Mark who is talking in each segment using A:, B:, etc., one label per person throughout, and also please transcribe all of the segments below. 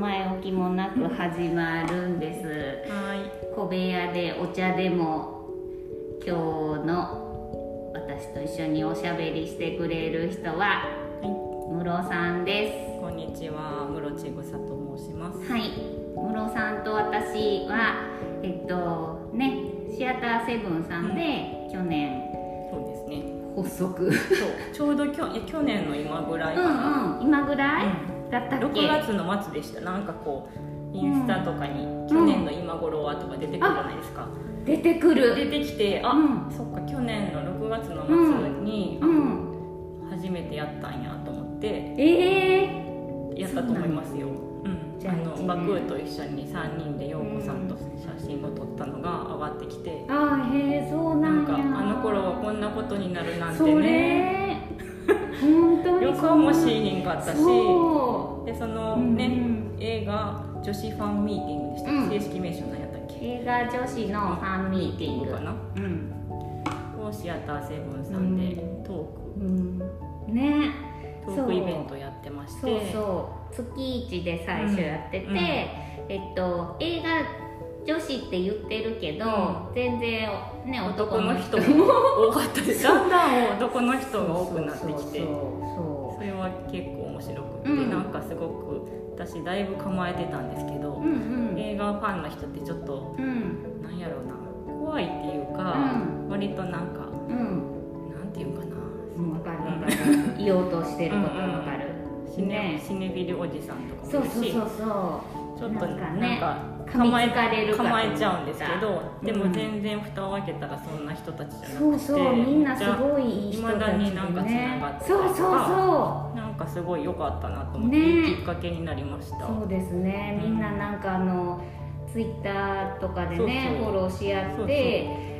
A: 前置きもなく始まるんです
B: はい
A: 小部屋でお茶でも今日の私と一緒におしゃべりしてくれる人は
B: は
A: 室さんで
B: いこんにちは室千草と申します
A: すはい室さんと私はえっとねシアターセブンさんで去年
B: そうですね
A: 発足
B: そうちょうどきょいや去年の今ぐらいかな、
A: うんうん今ぐらい、だったっけ
B: 6月の末でしたなんかこうインスタとかに、去年の今頃はとか出てくるじゃないですか、
A: 出てくる
B: 出てきてあ、
A: うん
B: そっか去年の6月の末に
A: うん
B: 初めてやったんやと思って
A: ええ
B: やったと思いますよ、うん、
A: じゃ
B: あ
A: あ
B: の
A: 一年
B: バクーと一緒に3人で陽子さんと写真を撮ったのが上がってきて、
A: ー、ああへえそうな
B: なん
A: ん
B: か
A: や
B: あの頃はこんなことになるなんて
A: そ
B: ね
A: れ本当に
B: 旅行もしいんかったし
A: そ
B: でその
A: う、うん
B: ね、
A: うん
B: 映画女子ファンミーティングでした、
A: うん
B: 正式名称なんやったっけ
A: 映画女子のファンミーティング
B: かな
A: うん、
B: をシアターセブンさんで
A: う
B: トー
A: うん、ね
B: ク、トークイベントやってまして
A: そうそう月1で最初やってて、
B: うんうん
A: えっと映画女子って言ってるけど、全然ね
B: 男
A: 男
B: の
A: の
B: 人
A: 人
B: も多かったですだんだん男の人が多くなって
A: そう
B: きて
A: そ
B: それは結構面白くて、
A: うん
B: なんかすごく私だいぶ構えてたんですけ
A: う
B: ど
A: う、うん
B: 映画ファンの人ってちょっと
A: うんうん
B: なんやろうな怖いっていうか、
A: う
B: 割となんか
A: うん
B: なんていうかな
A: うん分かる分かる言おうとしてること分かる、
B: シネ,、
A: ね
B: シネビルおじさんとか
A: そう
B: もいるし
A: そうそうそ
B: ちょっと
A: なんか
B: なんか,、
A: ね
B: 構え
A: 噛みつかれるかと思
B: 構
A: った
B: えちゃうんですけど、で
A: う
B: も
A: ん
B: 全然蓋を開けたらそんな人たちじゃなくて
A: うそうそうみんなす
B: めっ
A: ごいいい人たち
B: 未だになんか
A: で
B: つなが
A: ね
B: ってたり
A: そ
B: と
A: う
B: か
A: そうそ
B: ちゃなんかすごい良かったなと思って、
A: ね
B: いいきっかけになりました
A: うそうですねみんななんかあのツイッターとかでね
B: そうそう
A: フォローし合って
B: そう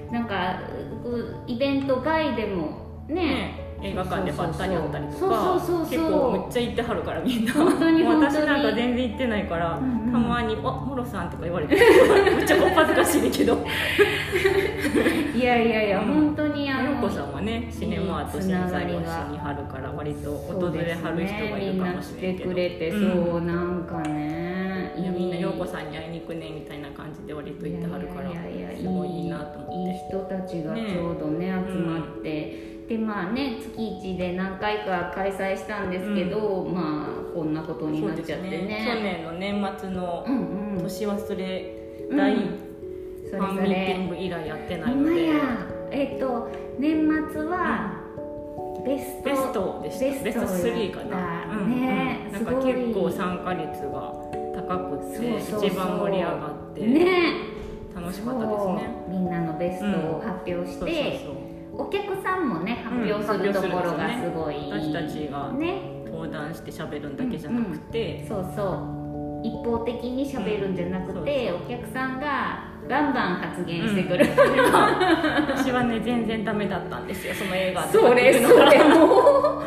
B: そう
A: なんかうイベント外でもね
B: ね映画館でばったり会ったりと
A: そう
B: か
A: そうそうそう
B: 結構むっちゃ行ってはるからみんな
A: 本当に
B: もう
A: 本当
B: 私
A: に
B: なんか全然行ってないから、
A: うんうん
B: たまに「あモロさん」とか言われて むっちゃこっぱずかしいねんけど
A: いやいやいや、
B: うん
A: 本当にあ
B: よ
A: の
B: うこさんはねシネマート
A: いい
B: 震
A: つなが
B: 災
A: り
B: 橋
A: が
B: にはるから割と
A: そ
B: 訪
A: うで
B: れ
A: す
B: はる人がいるかもしれんけど、
A: みんな来てくれて、そうなんかね
B: いやみんなようこ
A: ん
B: さんに会いに行くねみたいな感じで割と行ってはるから
A: いやいやいや
B: すごいいいなと思っ
A: いい
B: て
A: 人たちがちょうどね集まって、でまあね月1で何回か開催したんですけど、まあこんなことに
B: そ
A: な
B: う
A: っ
B: で
A: ちゃ
B: す
A: って
B: ね
A: ね
B: 去年の年末の
A: うんうん
B: 年忘れ
A: うん
B: 大
A: うん
B: フ
A: それ
B: ァン
A: そ
B: ミーティング
A: れ
B: 以来やってな
A: ほ
B: い
A: ん
B: の
A: ま
B: で
A: やえっ、と年末はベスト、
B: ベストでした
A: ベ
B: ベ
A: ス
B: ス
A: ト
B: ト3か
A: や
B: な、
A: った
B: うん
A: ね
B: うんなんか
A: すごい
B: 結構参加率が高くて
A: そうそうそう
B: 一番盛り上がって、
A: ね
B: 楽しかったですね
A: そうみんなのベストを発表して、
B: そうそうそう
A: お客さんもね発表するところがすごい、
B: 私たちが
A: ね
B: 登壇して喋るんだけじゃなくて、
A: そうそう一方的に喋るんじゃなくて、お客さんがバンバン発言してくる、
B: 私はね全然ダメだったんですよその映画
A: それそ
B: だ
A: れ
B: から
A: もう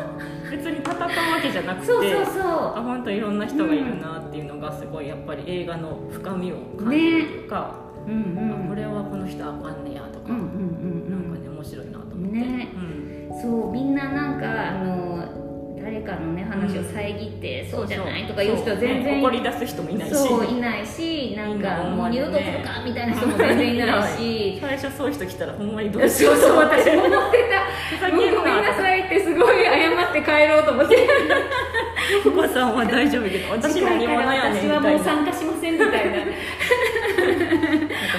B: 別に戦うわけじゃなくて
A: そうそう
B: あ
A: そ
B: 本当いろんな人がいるなっていうのがすごいやっぱり映画の深みを感じるというか、
A: ううんう
B: あ
A: ん
B: これはこの人あかんねやと
A: う
B: か、
A: んうんう
B: なん
A: ん
B: か
A: うん
B: ね面白いなと思って、
A: ね
B: うん
A: そうみんななんかあの誰かのね話を遮って、そうじゃないとか言う人は全然い
B: 怒り出す人もいないし
A: そういないしなんか
B: みんな思
A: もう
B: わずね
A: 二度とするかみたいな人も全然い ないし
B: 最初そういう人来たらほんまにど
A: そう
B: しよ
A: う
B: う
A: そ
B: と
A: う
B: 思って
A: 私も思ってたもうごめんなさいってすごい謝って帰ろうと思って
B: お子さんは大丈夫けど私
A: 次回
B: 何
A: か
B: 者
A: ら
B: やねん
A: 私
B: み
A: は
B: た
A: も
B: いうな
A: 参加しませんみた いな
B: なんか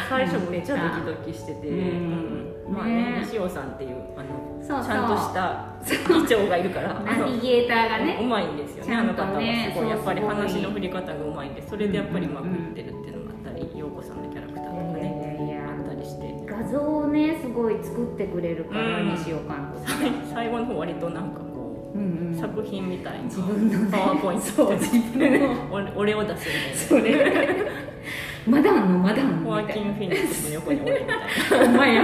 B: 最初めっちゃドキドキしてて、
A: うん
B: うんまあね
A: ね
B: 西尾さんっていうあの
A: そうそ
B: ち
A: う
B: ゃんとした 議長がいるからあの
A: ナビゲーターが
B: う
A: ね
B: まいんですよ
A: ち
B: ね
A: ゃ
B: あの
A: んと
B: 方は
A: ね
B: すごいやっぱり
A: そうすごい
B: 話の振り方がうまいんでそれでやっぱりうまくいってるっていうのもあったり陽子さんのキャラクターとか
A: いや
B: ね
A: いやいやいや
B: あったりして
A: 画像をねすごい作ってくれるから、
B: うん
A: 西岡監督
B: 最最後の方割となんかこ
A: うん
B: う
A: うん
B: 作品みたいな
A: 自分のね
B: パワーポイン
A: そう
B: ト
A: 自分の
B: 俺俺を出すみたいな
A: それまだあんのまだあん
B: ホ
A: の
B: ア
A: みた
B: キ
A: い
B: ン・フィニックスの横に俺みたいな
A: なほんまや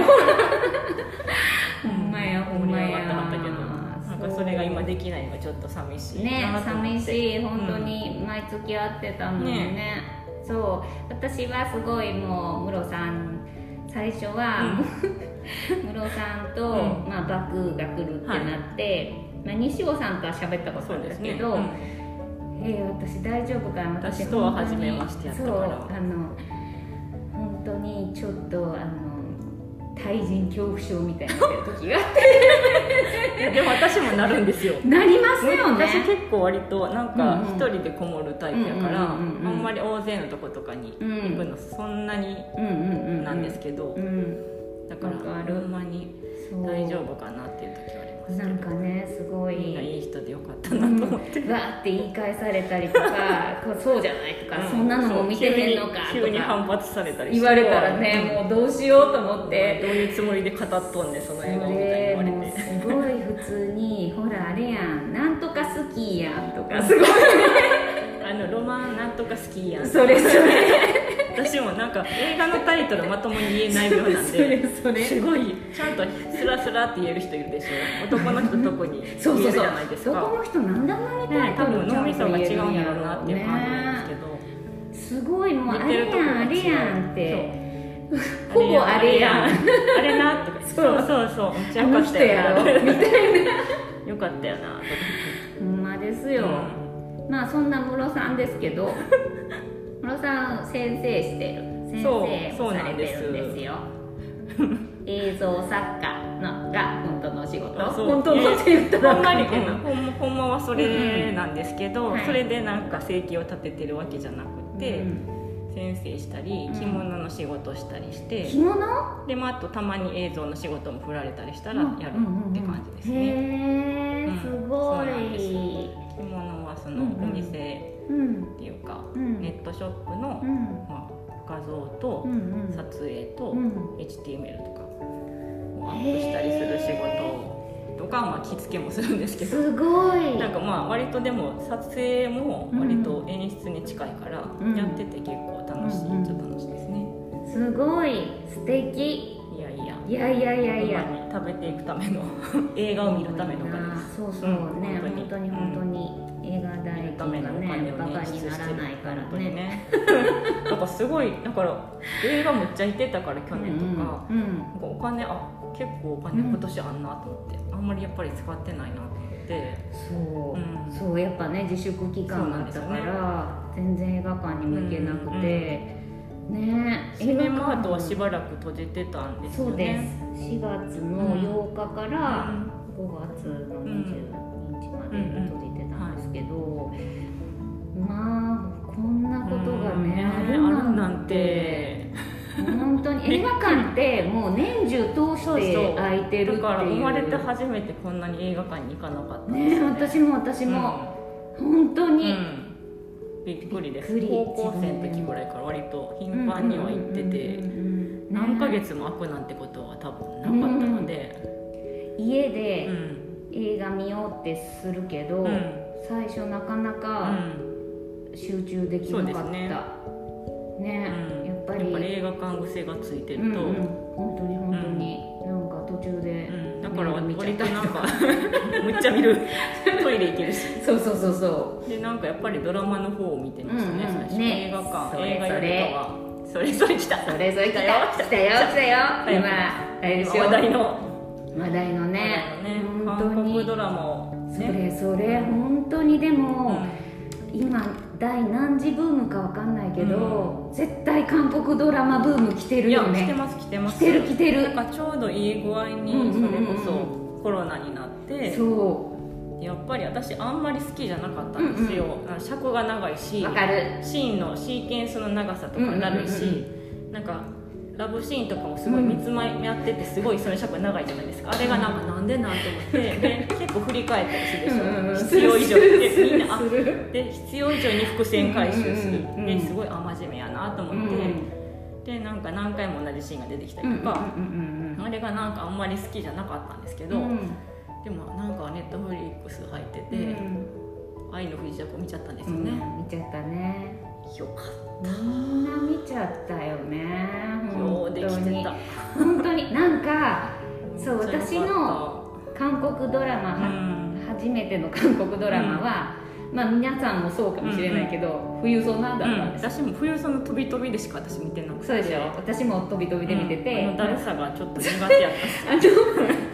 A: ほんまやほんま
B: 盛り上
A: や
B: がってはったけどなんかそれが今できないのがちょっと寂しい
A: ね
B: なと思って
A: 寂しい本当、に毎月会ってたのにねそう私はすごいもうムロさん最初は、 ムロさんと、
B: うん
A: まあ、バクが来るってなって、まあ、西尾さんとは喋った
B: う
A: こ
B: ん
A: と
B: そ
A: あ
B: う
A: るんで
B: です
A: す
B: ね
A: けど
B: うん
A: えー私大丈夫かな
B: 私とは初めましてやったから
A: そうあの本当にちょっとあの対人恐怖症みたいな時 が
B: いやでも私もなるんですよ
A: なりますよね
B: 私結構割となん
A: うん
B: か
A: う
B: 一
A: ん
B: 人でこもるタイプやから、
A: うんうんうんうん
B: あんまり大勢のとことかに
A: うん
B: 行くのそんなに
A: うんうんうん
B: なんですけど
A: う、ん
B: だから
A: わか
B: ほ
A: る
B: んまに
A: そう
B: 大丈夫かなっていう時はありますけど
A: なんかねすご
B: みんないいい人でよかったなと思って、
A: うんわーって言い返されたりと かこうそうじゃないとか、
B: うん
A: そんなのも見てへんのか
B: そう急に急
A: と
B: に
A: か
B: 反発されたりして
A: 言われたらねもうどうしようと思っ
B: どう
A: て
B: いうつもりで語っとんねんその
A: そ
B: 映画みたいに
A: れ
B: 言われ
A: もう
B: て
A: すごい普通にほらあれやんなんとか好きやんとかすごい
B: あのロマンなんとか好きやん
A: それそれ
B: 私もなんか映画のタイトルまともに言えないようなんで
A: それそ
B: すごいちゃんとスラスラって言える人いるでしょ男の人特に言えるじ
A: そうそうそう
B: ゃないです
A: どこ
B: か
A: の人なんだなみたい
B: ね
A: な
B: 多分脳みそが違うんやろうなっていう感じ
A: ね
B: なんですけど
A: すごいもうあ
B: 似てる
A: れ
B: と
A: や
B: こ
A: ん
B: が違う
A: あれやんって
B: そう
A: ほぼあれやん
B: あ れなとかそうそうそうめっちゃ
A: あ
B: よか
A: の
B: っ
A: 人
B: たよ
A: や
B: な
A: ろみたいな
B: よかったよなとか
A: ほんまですよ、まあそんな室さんですけ ど室さん先生してる先生
B: そう
A: を
B: そうな
A: され
B: ん
A: て
B: です
A: るんですよ映像作家のが本当のお仕事
B: あそう
A: 本当のって言ったら
B: ほんまに、
A: あかんけど
B: ほんほんまはそれなんですけど、
A: うんはい
B: それでなんか生計を立ててるわけじゃなくて、
A: うん
B: 先生したり
A: うん
B: 着物の仕事したりして、
A: 着物
B: でまあ、あとたまに映像の仕事も振られたりしたら
A: うん
B: やるって感じですね、
A: へ
B: う
A: え
B: ん
A: すごい
B: そうなんです着物はその
A: うんうん
B: お店
A: うん
B: っていうか、
A: うん
B: ネットショップの、
A: うん
B: まあ、画像と
A: うんうん
B: 撮影と
A: うん
B: HTML とかをアップしたりする仕事とか、まあ、着付けもするんですけど
A: すごい
B: なんかまあ割とでも撮影も割と演出に近いから
A: うん
B: やってて結構楽しい、
A: うん
B: ちょっと楽しいですね
A: すごい素
B: い
A: 敵
B: やいや
A: いやいやいやいや
B: ほんまに食べていくための 映画を見るためのお金です
A: そうそう
B: うん
A: ね、
B: 本
A: 本当
B: 当に
A: に本当に映画代
B: 見
A: 理
B: るため
A: 金
B: の
A: が
B: お金
A: ね
B: を
A: バカ
B: ね
A: に
B: 出
A: な
B: し
A: ら
B: て
A: ないから
B: 本当に
A: ね
B: ねなんかすごいだから映画むっちゃ行ってたから去
A: うん
B: 年とか,、
A: うんうん
B: なんかお金あ結構お金今年あんなと思って、あんまりやっぱり使ってないなと思って
A: そう、
B: うん
A: そうやっぱね自粛期間があったから、全然映画館にも行けなくて、ね
B: シネマ
A: ー
B: ートはし
A: ば
B: ばらく閉じてたんです
A: そ
B: よ
A: うで
B: ね
A: す4月の8日か
B: う
A: ら
B: ん
A: 5月の22日まで閉じてたんですけど、まあこんなことがね、
B: うんあるなんて
A: 本当に映画館ってもう年中通して空いてるってい
B: だ
A: う
B: から生まれて初めてこんなに映画館に行かなかった
A: ねえ私も私も、本当
B: うんう
A: に、
B: んびっくりです
A: びっくり
B: 高校生の時ぐらいから割と頻繁には行って
A: う
B: て
A: んうんうんうんね
B: 何ヶ月も空くなんてことは多分なかったので
A: 家
B: う
A: で
B: ん
A: 映画見ようってするけど、
B: うん
A: 最初なかな
B: う
A: か
B: ん
A: 集中できな
B: そう
A: かった、
B: です
A: ね
B: ねうん
A: やっぱり
B: やっぱり映画館癖がついて
A: う
B: る
A: ん
B: と
A: うん本当に本当に、なんか途中で、
B: うんだから
A: 見
B: 割
A: ちゃった
B: となんか むっちゃ見るトイレ行けるし
A: そうそうそうそう
B: でなんかやっぱりドラマの方を見てましたね
A: うんうん
B: 最初
A: ね
B: 映画館
A: それ
B: 映画よりかはそれそ れ来た
A: それぞれ来たよ来たよ来たよ
B: たよ
A: 今あれでしょ
B: 話題の
A: 話題のね
B: 話題のね
A: 本当
B: 韓国
A: に
B: ドラマを
A: そ
B: ね
A: れそれ本当にで
B: うん
A: も、今第何次ブームかわかんないけど、絶対韓国ドラマブーム来てる
B: いや
A: よ
B: 来て
A: ね
B: ます来てます
A: 来てる来てる
B: なんかちょうどいい具合に
A: うんうん
B: そ
A: うん
B: れ
A: うん
B: こそコロナになって
A: そ
B: やっぱり私あんまり好きじゃなかったんですよあの尺が長いうし
A: わかる
B: シーンのシーケンスの長さとかだるいし、
A: うんうん
B: なんかラブシーンとかもすごい三つ前やっててすごいその尺長いじゃないですかあれがなんかなんでなんと思ってで結構振り返ったりするでしょ、必要以上でみんなあ
A: する
B: で必要以上に伏線回収する、
A: うんうんう
B: で
A: ん
B: すごいあ真面目やなと
A: う
B: 思
A: ん
B: っ
A: う
B: て、
A: ん
B: でなんか何回も同じシーンが出てきた
A: う
B: り
A: ん
B: とか、
A: うん
B: あれがなんかあんまり好きじゃなかったんですけ
A: う
B: ど、
A: ん
B: でもなんかネットフリックス入ってて
A: うん
B: 「愛の不時着」を見ちゃったんです
A: う
B: よ
A: ん
B: ね、
A: 見ちゃったね
B: よかっ
A: みんな見ちゃったよね
B: たようできてた
A: 本当になんかそう私の
B: の
A: 韓国ドラマ、
B: う
A: は
B: ん
A: 初めての韓国ドラマは、まあ皆さんもそうかもしれないけど、富裕層なんだったんです、
B: 私も冬その飛び飛びでしか私見てなくて
A: そうでしょ私も飛び飛びで見て
B: う
A: て、
B: んあのだるさがちょっと苦手やったし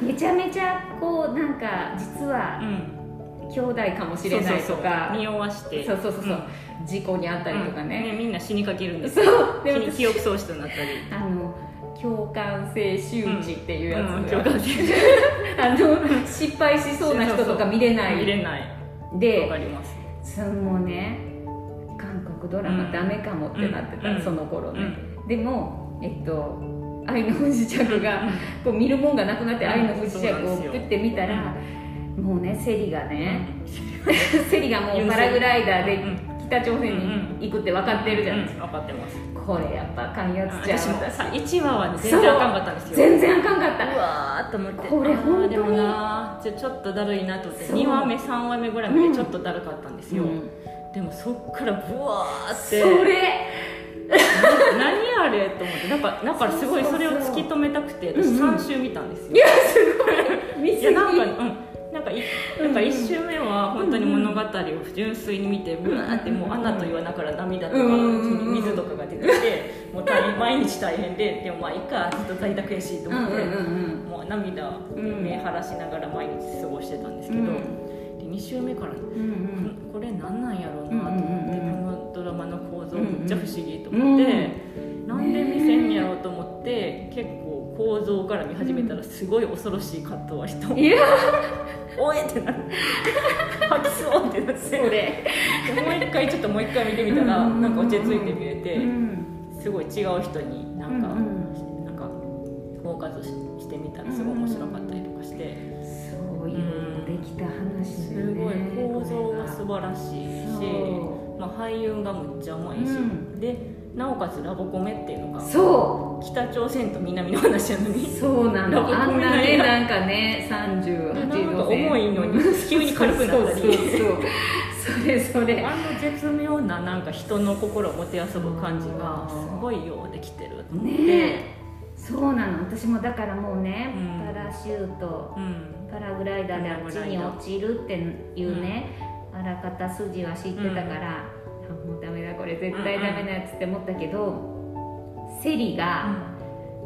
A: めちゃめちゃこうなんか実
B: う
A: は
B: ん
A: 兄弟かもしれないとか
B: 匂わして
A: そうそうそうそう事故にあったりとか
B: うん
A: ね
B: みんな死にかけるんです
A: そう
B: よ
A: でも
B: 記記憶喪失になったり
A: あの共感性周知っていうやつ
B: うん
A: が、
B: 共感性
A: あの失敗しそうな人とか見れない
B: 見れないわか
A: で
B: ります
A: そのもうね韓国ドラ
B: う
A: マ
B: ん
A: ダメかもってなってた、
B: うん
A: その頃
B: う
A: ね、
B: ん
A: でもえっと愛の不時着がこう見るもんがなくなって
B: うん
A: 愛の不時着
B: そ
A: を
B: うなんですよ
A: 送ってみたらもうねセリがねセリがもうパラグライダーで北朝鮮に行くって分かってるじゃないです
B: すか分かってます
A: かこれやっぱあかんやつじゃ
B: 私
A: ん
B: も
A: 私
B: さ1話はね全然あかんかったんですよ
A: 全然あかんかった
B: うわーっと思って
A: これ
B: あー
A: 本当に
B: でもなーちょちょっとだるいなと思って
A: そう
B: 2話目3話目ぐらいまでちょっとだるかったんですよ、
A: うん
B: でもそっからブワーっ
A: そ
B: て
A: れ
B: な何あれと思ってだからだからすごい
A: そう
B: そ
A: そ
B: うれ
A: そう
B: を突き止めたくて
A: う
B: 私
A: んうん
B: 3週見たんですよ、
A: いやすごい見
B: い
A: す
B: や
A: ぎ
B: なんか、うん、なんかいなんか
A: うんうん
B: 1周目は本当に物語を純粋に見てブワーってもう「アナと言わなから涙とか
A: うんうんうん
B: 水とかが出てきてもう大変毎日大変ででもまあいいかずっと在宅やしと
A: うん
B: 思
A: う
B: っ
A: ん
B: て、
A: うん
B: もう涙目晴らしながら毎日過ごしてたんですけど、
A: うん
B: で2週目から、
A: うんうん
B: これ何なんやろうなと思って、
A: うんうんうん
B: このドラマの構造めっちゃ不思議と思って、なんで見せんやろうと思って結構構造から見始めたらすごい恐ろしいカットは人
A: いや
B: おえってなって吐きそうってなって
A: それ
B: でもう一回ちょっともう一回見てみたら
A: うん
B: なんか落ち着いて見れて
A: うん
B: すごい違う人になんか、な
A: う
B: んかフォーカスしてみたらすごい面白かったりとかして。
A: そういうのできた話だよ
B: すごい
A: ね
B: 構造が素晴らしいし、
A: そ
B: まあ、俳優がむっちゃうまいし、
A: うん
B: でなおかつラボコメっていうの
A: う
B: が
A: そ
B: 北朝鮮と南の話やの
A: う
B: に
A: そうな
B: ラ
A: の
B: ブコメ
A: あん
B: な
A: なね
B: んや
A: なんかね
B: なん
A: 38
B: か
A: 度線
B: 重いのに急に軽くなったり
A: そうそうそうそれそれ
B: あの絶妙ななんか人の心をもてあそぶ感じがすごいようできてると思って、
A: ねそうなの私もだからもうね、
B: うん
A: パラシュート
B: うん
A: パラグライダーであっちに落ちるっていうね、あらかた筋は知ってたから、あもうダメだこれ絶対ダメなやつって思ったけど、セリが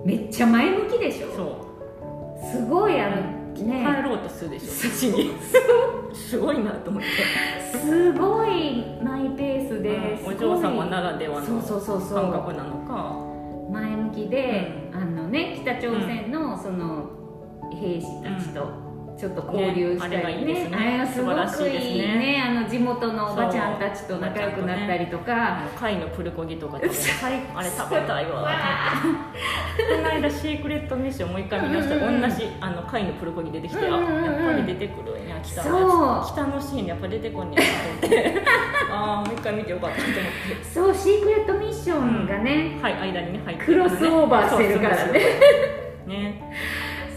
A: めっちゃ前向きでしょ
B: そう
A: すごいあの
B: 帰
A: ね
B: ろうとするでしょそっちに すごいなと思って
A: すごいマイペースで、
B: お嬢様ならでは
A: すごい
B: の
A: そうそうそう
B: 感
A: そ
B: 覚なのか
A: う前向きで、あのね北朝鮮のその兵士たちとちょっと交流したり
B: ね
A: ね
B: あれがいいですね
A: あれがすご
B: 素晴
A: く
B: らしいです
A: いい
B: ね
A: ねあの地元のおばちゃんたちと仲良くなったりとか、
B: 貝のプルコギとかとか貝あれ食べたいわこの間シークレットミッションもう一回見ました
A: うんうんうん
B: 同じあの貝のプルコギ出てきて、
A: うんうんうん
B: あやっぱり出てくるんや北
A: そう
B: の北のシーンやっぱ出てこんねやと思って ああもう一回見てよかったと思っ
A: そうシークレットミッションがね、
B: てはい間にね入って
A: クロスオーバーしてるからね
B: そうね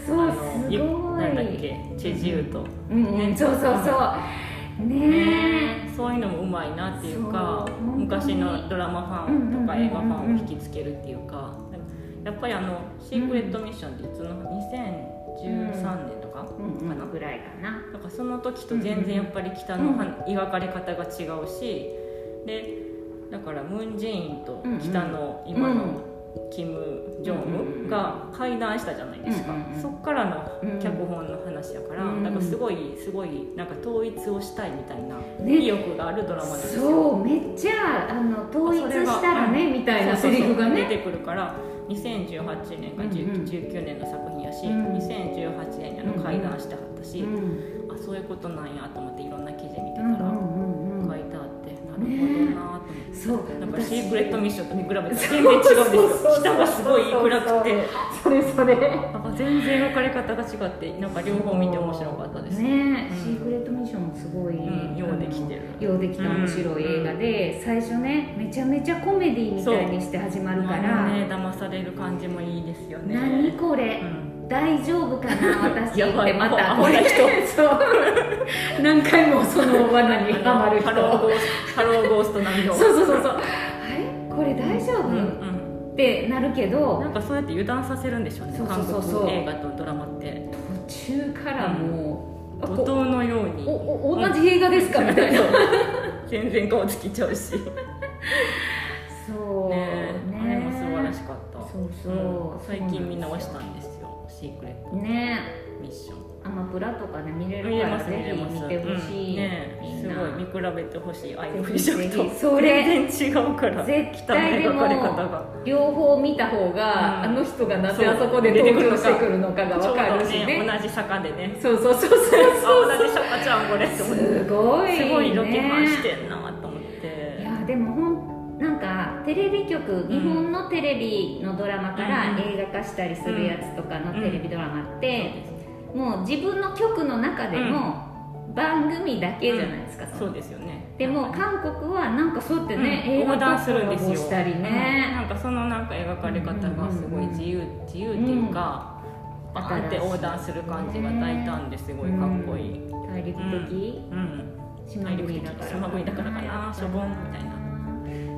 A: そ う
B: あ
A: す
B: の
A: ごい
B: なんだっけチェジューと
A: うんうん
B: ね
A: そうそうそうねえ
B: そういうのもうまいなっていうか
A: そう
B: 昔のドラマファンとか
A: うんうんうんうん
B: 映画ファンを引きつけるっていうかやっぱりあの「シークレット・ミッション」っていつの2013年とか、
A: うん
B: か
A: う
B: なん
A: ぐらいかな
B: なんかその時と全然やっぱり北のは描かれ方が違うしでだからムン・ジェインと北の今のキム・ジョンウが会談したじゃないですか、
A: うんうんうん
B: そっからの脚本の話やから、
A: うん
B: なんかすごいすごいなんか統一をしたいみたいな
A: ね
B: 意欲があるドラマなんですよ。
A: そうめっちゃあの統一したらねみたいなセリ
B: そ
A: フが
B: うそうそう
A: ね
B: 出てくるから2018年か
A: うんうん
B: 19年の作品やし、
A: うん
B: 2018年にあの会談してはったし、
A: うん
B: あそういうことなんやと思っていろんな記事見てた
A: うんう
B: ら
A: んうん
B: 書いてあって、なるほどなと思って。
A: そう
B: だからシ
A: 私
B: ークレットミッションと見比べたら全然違うんですよ
A: そうそうそうそう
B: 北がすごい暗くて
A: それそれね
B: なんか全然分かれ方が違ってなんか両方見て面白かったですう
A: え
B: ん
A: シークレットミッションもすごい
B: うんようできてる
A: ようできた面白い映画で最初ねめちゃめちゃコメディみたいにして始まるか
B: あ
A: ら
B: のね騙される感じもいいですよね
A: 何これ、
B: うん
A: 大丈夫かな私
B: や
A: っ
B: ばい
A: てまた
B: もうアホな 人
A: そう何回もその罠にはまる人
B: ハローゴーストハローゴースト並み
A: そ
B: の
A: うそうそうそうえこれ大丈夫、
B: うん
A: ってなるけ
B: うん、な
A: ど
B: んかそうやって油断させるんでしょうね
A: そうそうそうそう
B: 韓国映画とドラマって
A: 途中からもう、あ
B: 怒
A: こ
B: 涛のように
A: おお同じ映画ですかみたいな
B: そう 全然顔つきちゃうし、ね
A: そう
B: えあれも素晴らしかった
A: そうそう
B: うん最近見直したんですよシークレット
A: ね
B: ミッション
A: アマプラとかで見れ
B: 見
A: る
B: れ
A: か
B: ま
A: ら
B: す
A: ぜ
B: 見れ
A: ひ
B: ます
A: 見てほし
B: う
A: い、
B: んね
A: みん
B: す
A: な
B: ごい見比べてほしいアイ
A: ぜ
B: の
A: ひ
B: 美女
A: ぜ
B: と
A: ひそれ
B: 全然違うから
A: 絶
B: 汚い
A: 対で
B: 描
A: も
B: かれ方が
A: 両方見た
B: う
A: 方が、
B: ん
A: あの人がな
B: そ
A: ぜ
B: う
A: あそこで
B: 出てくる
A: 登場
B: のか
A: してくるのかが
B: ちょ
A: わ
B: う
A: かる
B: ど
A: しね
B: 同じ坂でね
A: そうそ うそうそうそう
B: あ同じ坂ちゃんこれって思って
A: すごい、ね、
B: すごいロケハンしてんなと思って
A: いやでもほんなんかテレビ局日本のテレビのドラマから
B: うん
A: 映画化したりするやつとかのテレビドラマっ
B: そう
A: て、
B: です
A: もう自分の局の中でも番組だけじゃないですか、そ
B: そ
A: の
B: うですよね
A: でも韓国はなんかそうやってね、
B: うん
A: 映画
B: 横断するんですよ
A: したり
B: うん
A: ね、
B: なんかそのなんか描かれ方がすごい自由、自由っていうか、
A: ん
B: バーンって横断する感じが大胆ですごいかっこいい、うん
A: 大陸的、島
B: 大陸
A: 国
B: 的
A: だから
B: 島国だからかなしょぼんみたいな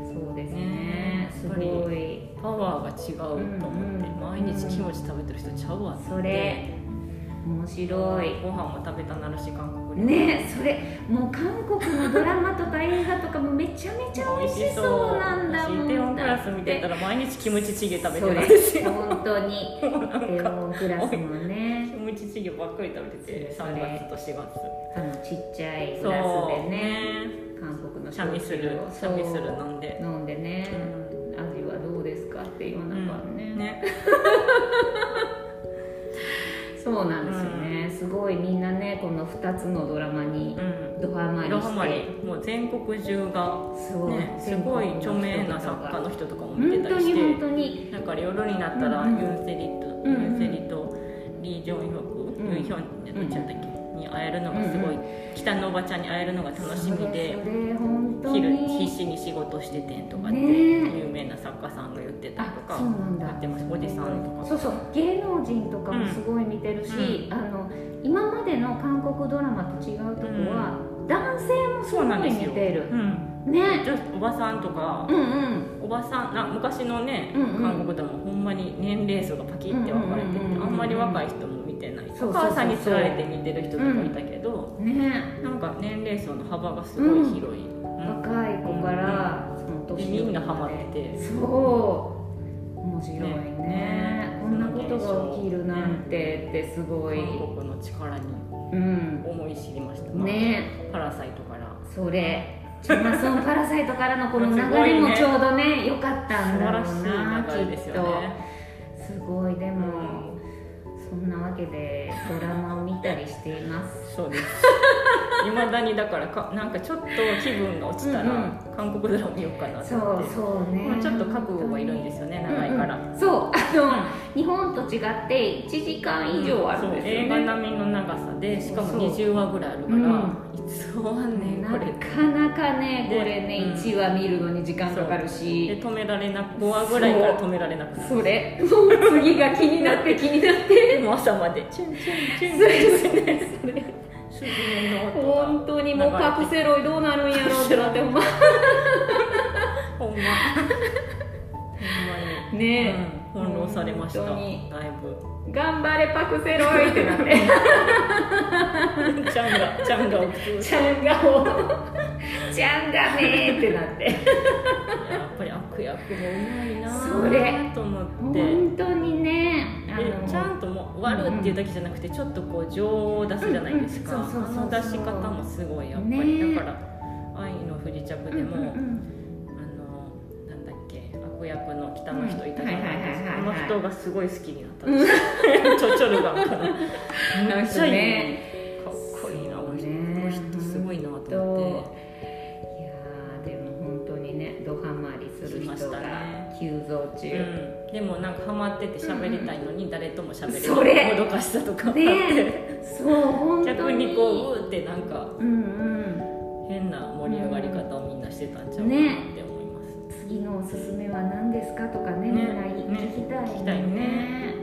A: そうですね
B: ね
A: すごい
B: パワーが違うと思って、
A: うん
B: 毎日キムチ食べてる人ちゃうわって
A: それ面白い
B: ご飯も食べたなるし韓国料理
A: ねそれもう韓国のドラマとか映画とかもめちゃめちゃ美味しそうなんだもん
B: テオンクラス見てた
A: ら
B: ら毎日キムチチゲ食べて
A: そう
B: たん
A: で
B: ですすよ
A: 本当にテオンクラスも
B: キ
A: ね
B: ムチチゲばっかり食べてて
A: そうそれ
B: 3月と4月
A: あのちっちゃいグ
B: そう
A: ラスでね
B: ね
A: 韓国の
B: シャミするシ
A: そ
B: ャ
A: う
B: ミする飲んで
A: 飲んでね、味はどうですかって言わなかね,、
B: ね
A: そうなんですよね、すごいみんなねこの2つのドラマに
B: うん
A: ドハマり
B: ロ
A: し
B: ハ
A: て、
B: マリもう全国中が
A: すごい、
B: ねすごい著名な作家の人とかも見てたり
A: 本当に本
B: して
A: 当に
B: だから夜になったら
A: う
B: ユ
A: んうん
B: ンセリと
A: うん
B: ユンセリとリー・ジョンヒョク
A: うん
B: ユンヒョンどっちだったっけに会えるのがすごい北のおばちゃんに会えるのが楽しみで
A: それそれ本当に
B: 昼必死に仕事しててんとかって
A: ねえ
B: 有名な作家さんが言ってたりと
A: あ
B: か
A: そうなんだ
B: やってますおじさんとか
A: そうそう芸能人とかもすごい見てるし、
B: う
A: あの今までの韓国ドラマと違うとこは、男性もす
B: そうなん
A: ごい
B: ですよ
A: 見てる
B: うん
A: ね
B: ちょっとおばさんとか
A: うんうん
B: おばさんあ昔のね、
A: うんうん
B: 韓国でもほんまに年齢層がパキって分かれてて、
A: うんうんうんうん
B: あんまり若い人も見てない
A: そうそうそう
B: お母さんにつられて見てる人とかいたけど、
A: ね
B: なんか年齢層の幅がすごい広い、うん
A: 若い子から、その
B: で
A: 年
B: み
A: 寄り
B: んな
A: まで
B: ハマってて
A: そう面白いね
B: ね
A: こんなことが起きるなんてってすごい、
B: 韓国の力に
A: うん
B: 思い知りました、まあ
A: ね
B: パラサイトから
A: それチョナソン・パラサイトからのこの 流
B: すご
A: れ
B: い
A: も
B: ね
A: ちょうどね良かった
B: 素
A: ん
B: 晴
A: だろ
B: らし
A: うな、
B: い流れですよね
A: きっとすごいでも、そんなわけでドラマを見たりしています
B: そうですいまだにだからかなんかちょっと気分が落ちたら、
A: うん
B: 韓国ドラマ見ようかなって
A: そ
B: 思っ
A: う
B: て
A: そうね、
B: まあちょっと覚悟がいるんですよね長いから、
A: うんうんそうあの、日本と違って1時間以上あるんですよね、
B: 映画並みの長さでしかも
A: そう
B: 20話ぐらいあるから、いつ終わんねん
A: な
B: これ
A: かなかねこ
B: で
A: れね、
B: うん
A: 1話見るのに時間かかる
B: で
A: し
B: 止められなく5話ぐらいから止められなくなる
A: それもう次が気になって気になって
B: もう朝までチュンチュンチュン
A: それそれそれ
B: 主人の音が
A: 本当にもうカプセロイどうなるんやろうってなって ほんま
B: ほんまほんまに、
A: ね、
B: うん、翻弄されましただ
A: 本当
B: い
A: に頑張れパクセロイってなって
B: ぶちゃんがちゃんが起きて
A: ちゃんがをちゃんがねーってなって
B: やっぱり悪役もうまいなぁ
A: それ
B: と思って
A: 本当にねあ
B: で
A: の
B: ちゃんともう終わるっていうだけじゃなくてちょっとこう情を出すじゃないですか、
A: うんうんそうそうそうそう
B: あの出し方もすごいやっぱり、
A: ね
B: だから「愛の不時着」でも、
A: うんうんうん
B: あのなんだっけ悪役の北の人いたじゃないですか、
A: うんはいはいはいはいはい
B: あの人がすごい好きになったんですよちょちょるがかなめっちゃいいねかっこいいなこの人
A: そうね
B: この人すごいなと
A: といや
B: 思って。
A: ーでも本当にねドハマりする
B: しま
A: 人
B: した
A: が
B: ね
A: 急増中、
B: うんでもなんかハマってて喋りたいのに誰とも喋れ
A: それ
B: ないもどかしさとかあって、
A: ねそう本当に
B: 逆にこううーってなんか
A: う、ん
B: 変な盛り上がり方をみんなしてたんちゃうかなって思います、
A: うん、次のおすすめは何ですかとか
B: ね
A: ねみんな
B: ね
A: 聞きたい
B: 聞きたいね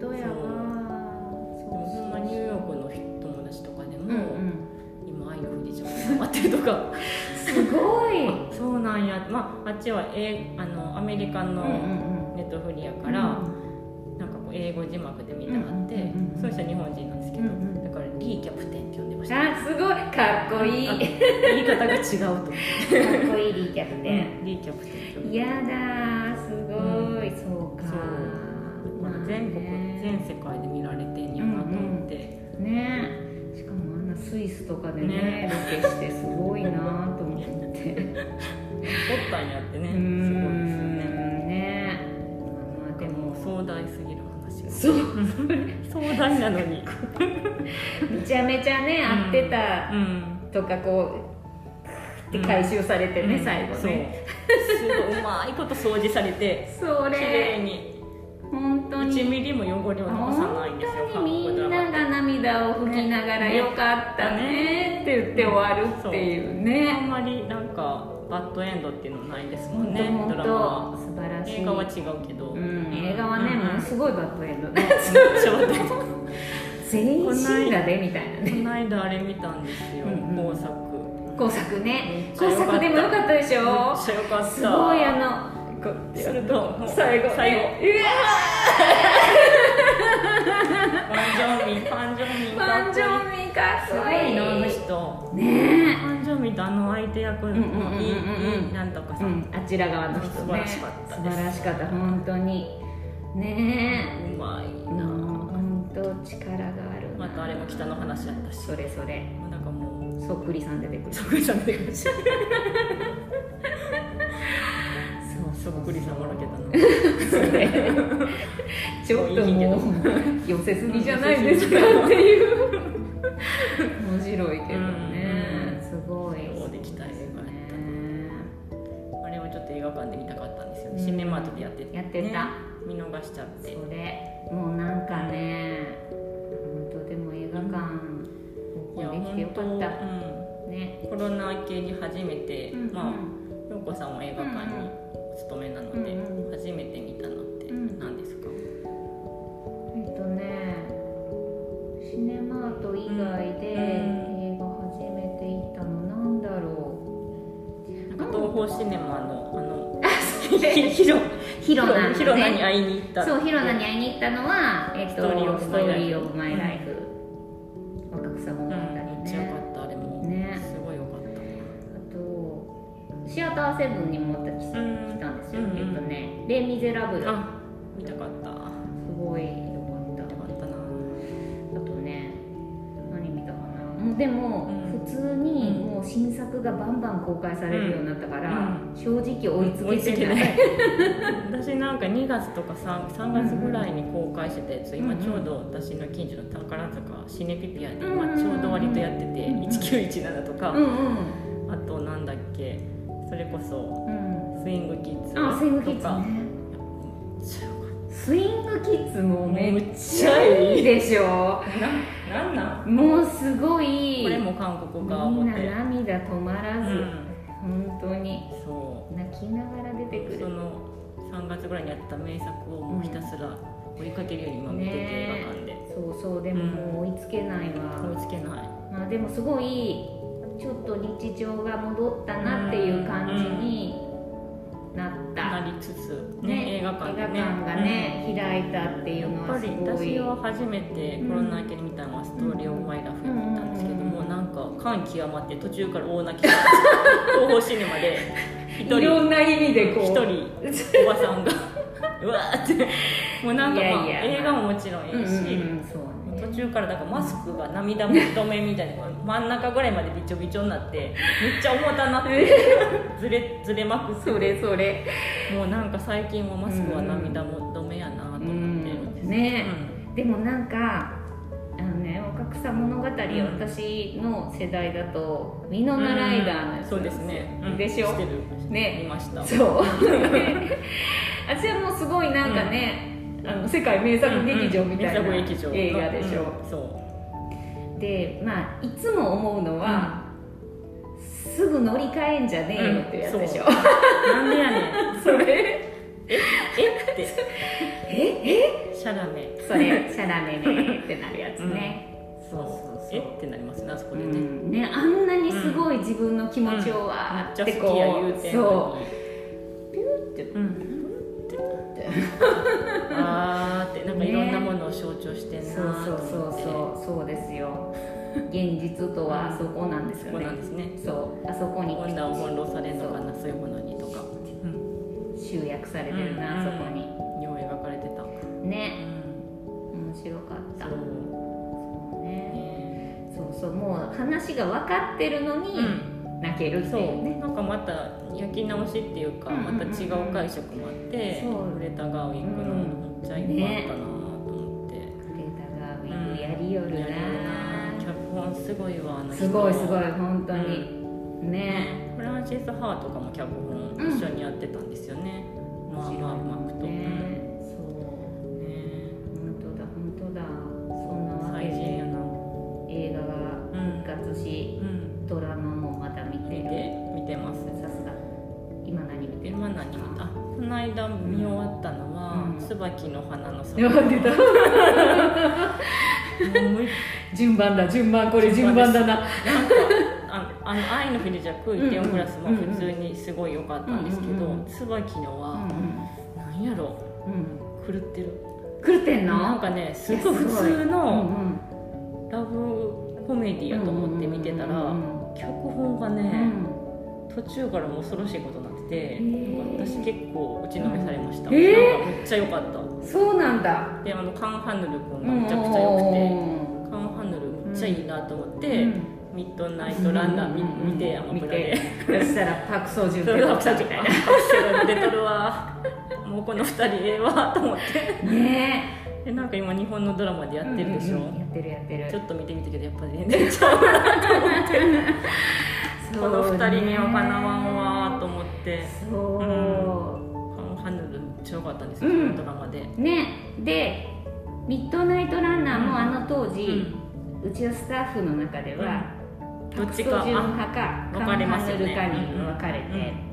A: 本当やわそ
B: でもほんまニューヨークの友達とかで
A: うんう
B: も、
A: ん
B: 今愛の不時着にハマってるとか
A: すごい
B: あそうなんや、まあ、あっちは英あのアメリカ
A: うんうんう
B: の
A: ん
B: ネットフリやから、なんかこう英語字幕で見たがって、
A: うんうんうんうん
B: そういう人は日本人なんですけど、
A: うんうん
B: だからリーキャプテンって呼んでました
A: あすごいかっこいい
B: あ
A: かっ
B: 言い方が違うと思って、
A: こいいリーキャプテ
B: リーキャプテンって呼ん
A: ン
B: で
A: やだーすごい、そうか
B: そうだから全国、
A: まあね
B: 全世界で見
A: でね
B: ね
A: ロケしてすごいなと思 って
B: ったんやってねすごい
A: うー
B: ですよ
A: ん
B: ね
A: ねまあで
B: でも
A: も
B: 壮大すぎる話が
A: そう
B: 壮大なの に
A: めちゃめちゃね会ってた
B: うん
A: とかこうって回収されてね、最後ね
B: そうすごいうまいこと掃除されて
A: そ
B: 綺麗
A: れ
B: に
A: 本当に
B: 1ミリも汚れを残さないんですよ
A: 本当にみんなが
B: 韓
A: 涙を拭きながら「
B: ね
A: よかったね」って言って終わるっていう
B: 国ドラマあん
A: ね
B: まりなんかバッドエンドっていうのないですも
A: 本
B: ん
A: 当
B: ね
A: 本
B: ドラマ
A: 当
B: は
A: 素晴らしい
B: 映画は違うけど、
A: うん、映画はね、
B: うん
A: ものすごいバッドエンドね
B: ちょっと待って
A: 全員死んだでみたいなね
B: この間あれ見たんですよ
A: うんうん
B: 工作
A: 工作ね
B: めっちゃ
A: 工
B: 良かった
A: 作でもよかったでし
B: めっ
A: ょ
B: ちゃよかった
A: すごいあの
B: こうするともう
A: 最後
B: 最後
A: う
B: ファンジョーミンファンジョーミン
A: わーファンジョ
B: かっ
A: ーミンか
B: こいい
A: っ
B: す
A: こ
B: ご
A: い
B: い
A: い
B: なあの人
A: ね
B: ファンジョーミンとあの相手役の
A: うんうんうんうんうん
B: いいいいなんとか
A: え、う
B: さん
A: ん、あちら側の人ね
B: 素晴らしかった
A: 素
B: です
A: 晴らしかった本当にね
B: うま
A: え
B: い
A: なあ本当力があるな
B: またあれも北の話だったし
A: それそれ
B: なんかもう
A: そっくりさん出てくる
B: そっくりさん出てくるし
A: そう
B: そっくりさんもらけたな
A: ちょっともう寄せすぎじゃないですか
B: 寄
A: っ
B: せすぎ
A: ていう面白いけどね
B: うん
A: すごい
B: そうできた映画やった
A: ね
B: あれはちょっと映画館で見たかったんですよ
A: う
B: ね
A: ん
B: シネマートでやってて
A: やってた
B: ね見逃しちゃって
A: それもうなんかね本当でも映画館
B: いや
A: できてよかっ
B: 本
A: た
B: 当うん
A: ね
B: コロナ明けに初めて、
A: うん
B: まあ陽子さんも映画館にお勤めなので、
A: うんうん
B: 初めて見たのって
A: うん
B: 何ですか、
A: えっとねシネマート以外で
B: うん
A: 映画初めて行ったのなんだろ
B: なんか東宝シネマのあの
A: う
B: ひひろ
A: うヒロナ
B: ひろなに
A: ね
B: 会いに行った
A: そうヒロナに会いに行ったのは、えっと、
B: ストーリーオブ
A: ストーリーオブマ
B: マ
A: イ
B: イ
A: ラ
B: ラ
A: イ
B: イ
A: フ」若草
B: う
A: 物
B: んめ
A: 語
B: っちゃよか
A: ね、
B: ったあれも、
A: ね
B: すごいよかった
A: あとシアターセブンにも私
B: う
A: 来
B: ん
A: たんですよ、
B: うんうん
A: えっとね「レ・ミゼラブル」す
B: あ見たかった見
A: ごい良かった
B: たかったな
A: あとね何見たかなもうでも、
B: うん
A: 普通にもう新作がバンバン公開されるようになったから、
B: う
A: 正直追いつけてない、
B: 追いつけない 私なんか2月とか 3, 3月ぐらいに公開してたやつ、今
A: うんうん
B: ちょうど私の近所の宝塚シネピピアで
A: うんうんうん
B: 今ちょうど割とやってて、
A: うんうん
B: 1917とか、
A: うん
B: あとなんだっけそれこそ
A: うん
B: スイングキッズと
A: うん
B: か
A: あスイングキッズねスイングキッズもめっちゃいいでしょ
B: ななんなん
A: もうすごい
B: これも韓国が
A: み
B: 思
A: ん
B: っ
A: な
B: て
A: 涙止ま
B: う
A: らず、
B: ん、
A: 本当に
B: そ
A: 泣きながら出て
B: う
A: く
B: そ
A: る
B: の3月ぐらいにやってた名作をもうひたすら追いかけるように今見てて、
A: ね
B: 映画館で
A: そうそうでももう追いつけないわ、
B: 追いつけない
A: まあ、でもすごいちょっと日常が戻ったなっていう感じになった、
B: なりつつ、ね映画館がね
A: 映画館がね、開いたってい
B: うん
A: うの
B: や
A: は
B: っぱ
A: す
B: り
A: ご
B: 私
A: い
B: は初めてコロナ明けに見たのは「ストーリー・オブ・マイ・ラフ」に行ったんですけども、
A: うん
B: なんか感極まって途中から大泣きしました東宝シネマで一
A: いろ
B: 人
A: んな意味でこう
B: 一人おばさんが うわーってもうなんか、まあ、
A: いやいや
B: 映画ももちろんいいし、
A: うんうんうん、そうね
B: 途中からなんかマスクが涙止めみたいな真ん中ぐらいまでびちょびちょになってめっちゃ重たなって ずれずれまくって
A: それそれ
B: もうなんか最近はマスクは涙も止めやなと思ってるんです、
A: うんねでもなんかあのね「若草物語」私の世代だと「ミノナライダー」のやつ
B: そ
A: な
B: うんで
A: よ
B: すね、
A: でしょ
B: てる
A: ね
B: 見ました
A: そう 私はもうすごいなんかね、あの世界名作劇場みたいな
B: うんうん名作劇場
A: 映画でしょ、
B: うんそう
A: でまあいつも思うのは、すぐ乗り換えんじゃねえよってやつでしょ、
B: なんでやねん
A: それ
B: えって
A: ええ
B: シャラメ
A: それシャラメねってなるやつね、そうそうそう
B: えってなりますねあそこ
A: う
B: でね、
A: んねあんなにすごい自分の気持ちをわ
B: めっちゃ
A: ーって
B: 好きや
A: こ
B: 言う
A: う
B: てん
A: そ
B: のに
A: うピューって
B: うんってあーってなんかいろんなものを象徴してんな
A: そう
B: ーと
A: そ
B: 思っ
A: う
B: て
A: そうそうそうですよ現実とはあそこなんです
B: そ
A: よ
B: こ
A: ね
B: なんですね
A: そうあそこに
B: 女を翻弄されるのかなそういうものにとか、うん、
A: 集約されてるな、
B: うん
A: あそこに
B: よう描かれてた、う
A: ね
B: ん、
A: 面白かった
B: そう
A: ね
B: ね
A: そうそうももう話が分かってるのに泣けるって
B: そ
A: いう
B: う
A: ね、
B: なんかまた焼き直しっていうか
A: うんうん
B: ま
A: うん
B: た違う解釈もあって
A: そう
B: ブレタ・ガーウィングのめっちゃいっぱいあったなと思って、
A: データがウィングやりよるな
B: やるな脚本すごいわあの人
A: すごいすごい本当に、ね
B: フランシス・ハーとかも脚本一緒にやってたんですよね、まあまあうまくと、
A: ねそう
B: うんね
A: 本当だ本当だそんなわ
B: 最
A: け
B: 人
A: で
B: やな
A: 映画が
B: うん
A: 復活し
B: うん
A: ドラマもまた見て
B: 見て
A: る
B: 見てます
A: さすが今何見てる
B: 今何見たあこの間見終わったのは
A: うん
B: 「椿の花の
A: 分かってた
B: もうもう一
A: 順番だ順番これ順番だな
B: なんかあのあの愛の不時着イテオンクラスも普通にすごい良かったんですけ
A: うんうんうん
B: ど
A: うん
B: 椿の
A: う
B: は
A: ん
B: なんやろ
A: うん
B: 狂ってる
A: 狂ってんの
B: なんかねすごい普通
A: うん
B: の
A: うん
B: ラブコメディやと思って見てた
A: う
B: ら
A: ん
B: 脚本が
A: うんう
B: ね
A: ん
B: 途中からもう恐ろしいことになってて
A: へえ
B: 私結構打ちのめされましたなんか
A: へえ
B: めっちゃ良かった
A: そうなんだ
B: であのカン・ハヌル君がめちゃくちゃ良くてカン・ハヌルめっちゃいいなと思ってミッドナイトランナーみ見てアマプラで。
A: そしたらパク・ソジュン
B: それは
A: 出て
B: み
A: き
B: たいな出とるわもうこの二人ええわと思って
A: たね
B: でなんか今日本のドラマで
A: え
B: やってるでしょ、
A: うんうんうんやってるやってる
B: ちょっと見てみたけどやっぱ全然ちゃうこの二人にはかなわんわと思って
A: そう
B: ハヌルめっちゃ良かったんですよ、
A: うん
B: このドラマで
A: ねでミッドナイトランナー
B: うん
A: もあの当時うちのスタッフの中では
B: どっちか
A: パクソジュン派か
B: あ
A: カン
B: 分かれます
A: ハ
B: よ
A: ヌル
B: ね
A: かに分かれ
B: うん
A: て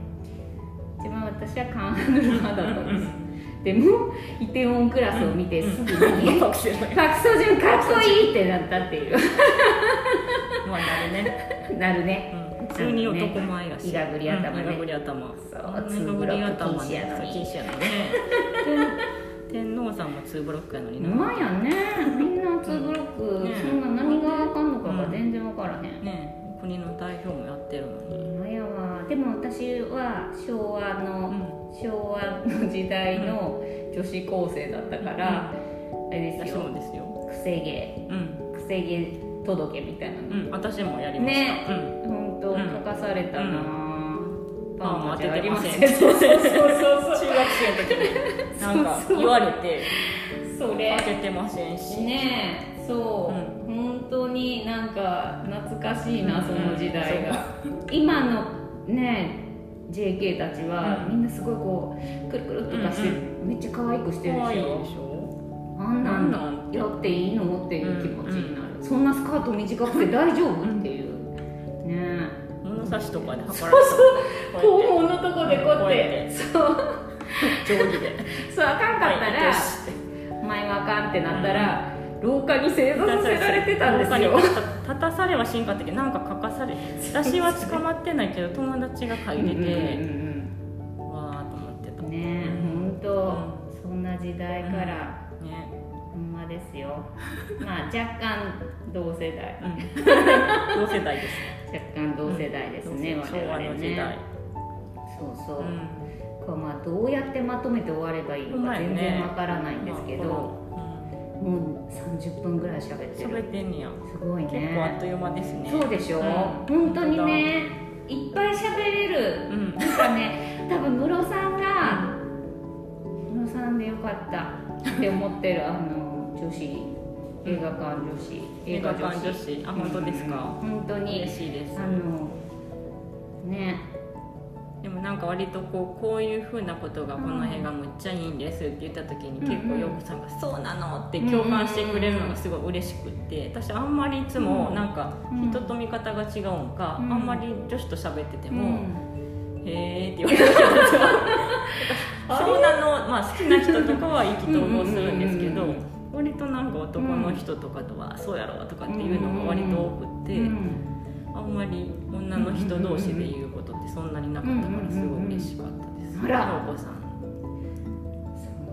A: 一番私はカンハヌル派だったんですでもイテウォンクラスを見てすぐに
B: 特殊な
A: パクソジュンかっこいいってなったっていう
B: まあなるね、
A: なるね
B: うん、普通に男前やし
A: いがぐり頭ね
B: うんいがぐり頭
A: そう
B: いがぐり頭
A: ツーブロック禁止やのに
B: そう禁止やのにね天天皇さんもツーブロックやのにな
A: うまいやねみんなツーブロック、
B: ね
A: そんな何がわかんのかが全然わからへん、
B: ね国の代表もやってるのに、
A: うまいやわでも私は昭和
B: う
A: の、
B: ん、
A: 昭和の時代の女子高生だったから、あれです
B: 私
A: よ
B: もですよ、
A: くせ毛
B: うん
A: くせ毛届けみたいなの、
B: うん、私もやりました、
A: ね
B: うん、
A: 本当
B: うん
A: 書かされたな、
B: パンも当ててません
A: パンも当てられませんそうそうそう
B: 中学生の時になんか言われて
A: そうそれ
B: 当ててませんし、
A: ねえそう、本当になんか懐かしいなその時代が、今のね JK たちは
B: うん
A: みんなすごいこうくるくるとかして、
B: うん
A: めっちゃ可愛くしてる
B: 可愛
A: でし
B: いで
A: ょ
B: しょ
A: あんなん
B: あんなん
A: やっていいのっていう気持ちになる、そんなスカート短くて大丈夫っていうねえ
B: 物差しとかで測られた
A: 肛
B: こ
A: 門のとこでこうやってそう
B: うやって定規で
A: そうあかんかった
B: は
A: ら、
B: いよし
A: お前はあかんってなったら、廊下に正座させられてたんですよ
B: 立たされはしんかったけどなんか書かされ私は捕まってないけど友達が書いててわーと思ってたね
A: ねえ本当そんな時代から、 ほんまですよまあ若干同世代
B: うん同世代です
A: 若干同世代ですね、
B: うん
A: 我々
B: 昭和
A: は
B: の時代
A: ね、そうそうう、
B: ん
A: これまあどうやってまとめて終わればいいのか全然わからないんですけ
B: まあ
A: ど、
B: こ
A: もう30分ぐらい喋って
B: のうん
A: る
B: 喋ってんねや
A: すごいね
B: 結構あっという間ですね
A: そうでしょ、
B: うん
A: 本当にねいっぱい喋れる
B: うん
A: なんかね多分室さんが室さんでよかったって思ってるあの女子映画館女子
B: 映画館女子あ本当ですか
A: うん本当に
B: 嬉しいです
A: あのね
B: でもなんか割とこうこういうふうなことがこの映画むっちゃいいんですって言った時に
A: うん
B: 結構よくさんが「そうなの?」って共感してくれるのがすごい嬉しくって私あんまりいつもなんか
A: うん
B: 人と見方が違うんかあ
A: うん
B: んまり女子と喋ってて
A: で
B: も「へーって言われてたんですよそうなのまあ好きな人とかは意気投合するんですけ
A: うんう
B: ど
A: んうん
B: 割となんか男の人とかとは「そうやろ」とかっていうのが割と多くって。あんまり女の人同士で言うことってそんなになかったからすごい嬉しかったです。
A: あら
B: 京子さん、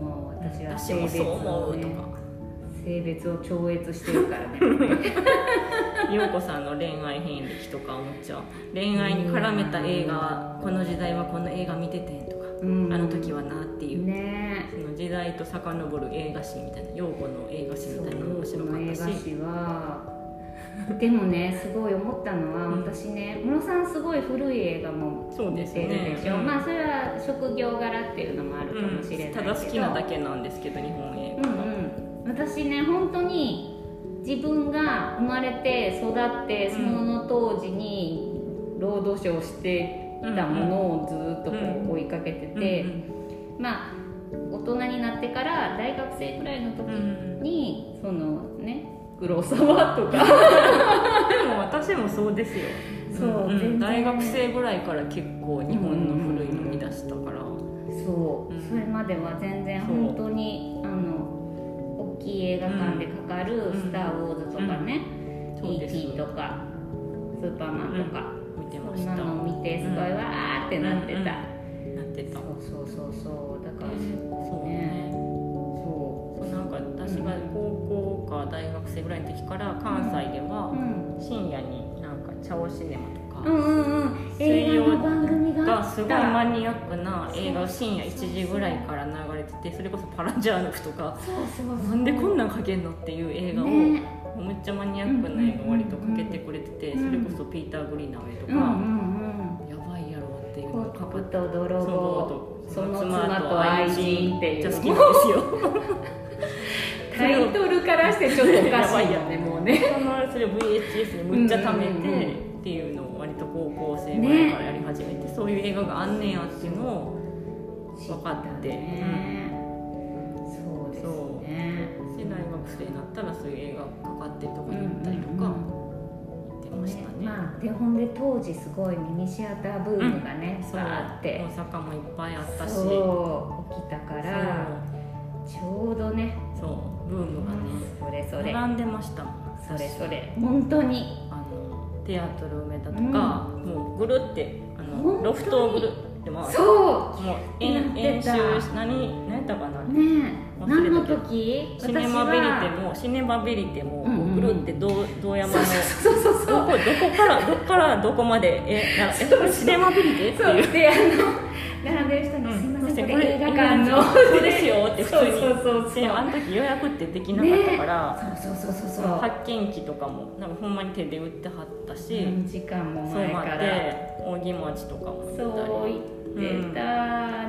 A: もう私は
B: 私
A: 性
B: も
A: 別
B: そう思
A: を、
B: うと
A: ね、
B: か、
A: 性別を超越してるから ね
B: 陽子さんの恋愛遍歴とか思っちゃう。恋愛に絡めた映画、この時代はこの映画見ててんとか、
A: うん
B: あの時はなっていう。
A: ね
B: その時代と遡る映画史みたいな陽子の映画史み
A: そ
B: たいなのも面白
A: う
B: か
A: の
B: っ
A: 映
B: た
A: 画
B: し
A: 史はでもねすごい思ったのは、私ねムロさんすごい古い映画も
B: そうです
A: 出てる
B: ね
A: でしょ、まあそれは職業柄っていうのもあるかもしれないけど、
B: ただ好きなだけなんですけど日本映
A: うんうん、私ね本当に自分が生まれて育ってその当時に労働者をしていたものをずっとこ
B: うん
A: う追いかけて
B: 画
A: て、まあ大人になってから大学生くらいの時
B: うんうん
A: に、そのね黒沢とか
B: でも私もそうですよ
A: そう
B: うん
A: 全然
B: 大学生ぐらいから結構日本の古いの見出したから、
A: そう、
B: うん
A: それまでは全然
B: そう
A: 本当にあの大きい映画館でかかる
B: ん
A: 「スター・ウォーズ」とかね「
B: そうです
A: E.T.」とか「スーパーマン」とか、
B: 見てま
A: そん
B: し
A: な
B: た
A: のを見てすごい
B: うん
A: わーってなってた、
B: なってた
A: そうそうそうそうだから
B: そうね
A: そ
B: そうなんか私が高校か大学生ぐらいの時から関西で
A: う、う
B: は
A: ん、
B: 深夜になんかチャオシネマとか、
A: うんうんうん映画の番組があ
B: が
A: った
B: すごいマニアックな映画を深夜1時ぐらいから流れててそれこそ「パラジャーノフ」とか
A: そうそうそう
B: なんでこんなんかけんのっていう映画を、
A: ね
B: めっちゃマニアックな映画割とかけてくれてて、
A: うん
B: それこそピーター・グリーナウェイとか、
A: うんうん
B: やばいやろっていううんの
A: 幸
B: がかか
A: 福
B: って
A: と泥棒その妻と愛人って
B: めっ
A: い
B: ちゃ好き
A: う
B: なんですよ
A: タイトルからしてちょっとおかしいよ
B: やばい
A: ね
B: よ
A: もうね
B: そのそれを VHS にむっちゃ貯めて、
A: うんうんうん
B: っていうのを割と高校生ぐらいからやり始めて、そういう映画があんねんやっていうのを分かって、
A: ねそうですね
B: うんで大学生になったらそういう映画かかってるとこに行ったりと
A: うんう
B: か
A: ん
B: 行ってましたね,、
A: まあでほんで当時すごいミニシアターブームがね、
B: そう
A: バーって
B: 大阪もいっぱいあったし
A: そう起きたからちょうどね
B: そうそうブームがね
A: それそれ
B: 並んでましたもん
A: それそれ本当に
B: あのテアトル梅田とか、もうぐるってあ
A: 本当
B: の
A: に
B: ロフトをぐるって回って
A: そ
B: もう
A: やっ
B: 演
A: て
B: 演習
A: た
B: 何何やったかな、
A: うねえ
B: 忘れたけ
A: 何
B: ど
A: の時
B: シネマビリテ
A: は
B: もシネマビリテも
A: うんうん
B: こうぐるって道道山の
A: そうそうそう
B: ど
A: そう
B: こどこからどこからどこまでえなえこれシネマビリテって
A: そう
B: いう。
A: であの並んでる人に「すいませんこれ映画館の」
B: そうですよって普通に
A: そうそうそうそう
B: であの時予約ってできなかったから、
A: そうそうそうそうそう
B: 発見機とかもなんかほんまに手で売ってはったし、
A: 何時間も
B: そう
A: 前
B: ま
A: から
B: で扇町とかも行った
A: そう
B: り
A: 言ってた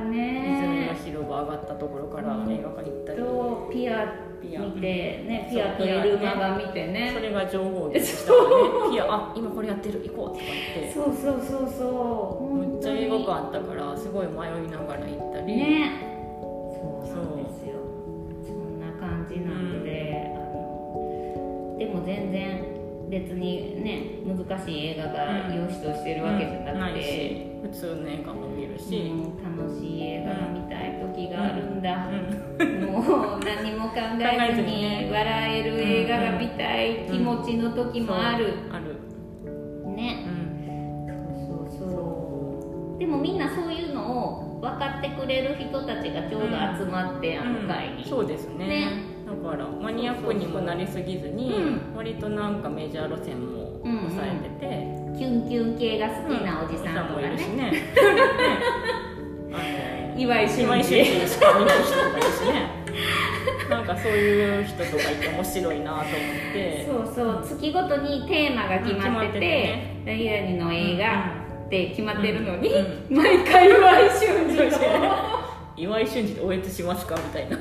B: 泉の
A: ね
B: 広場上がったところから映画館行ったり、
A: とピア
B: ピア
A: 見てね
B: そう
A: ピアとエルマが見て
B: そ
A: ね
B: れが情報源でしたからねピアあ今これやってる行こうとか言って
A: そうそうそうそう
B: むっちゃ映画
A: 本当に
B: 館あったからすごい迷いながら行ったり、
A: ねそうなんですよそんな感じなので、あのでも全然別にね難しい映画が良しとしてるわけじゃなくて、
B: うんないし普通の映画も見るし、
A: もう楽しい映画が見たい時があるんだ、
B: うん
A: もう何も考えずに笑える映画が見たい気持ちの時もある、
B: そうある、
A: ね
B: うん、
A: そうそうそうでもみんなそういうのを分かってくれる人たちがちょうど集まって、あの会に、
B: うんそうですね
A: ね
B: だからマニアックにもなりすぎずに
A: そうそうそう
B: 割となんかメジャー路線も抑えてて、
A: キュンキュン系が好きなおじさんと
B: も
A: か
B: いるし
A: ね、
B: ねあの
A: 岩井俊
B: 今
A: 二
B: 井俊二しか見ない人とかいるしねなんかそういう人とかいて面白いなと思って
A: そうそう月ごとにテーマが決まってて「何々、の映画」って決まってるのに、
B: う
A: 毎回岩井俊二の
B: 岩井俊二で応援しますかみたいな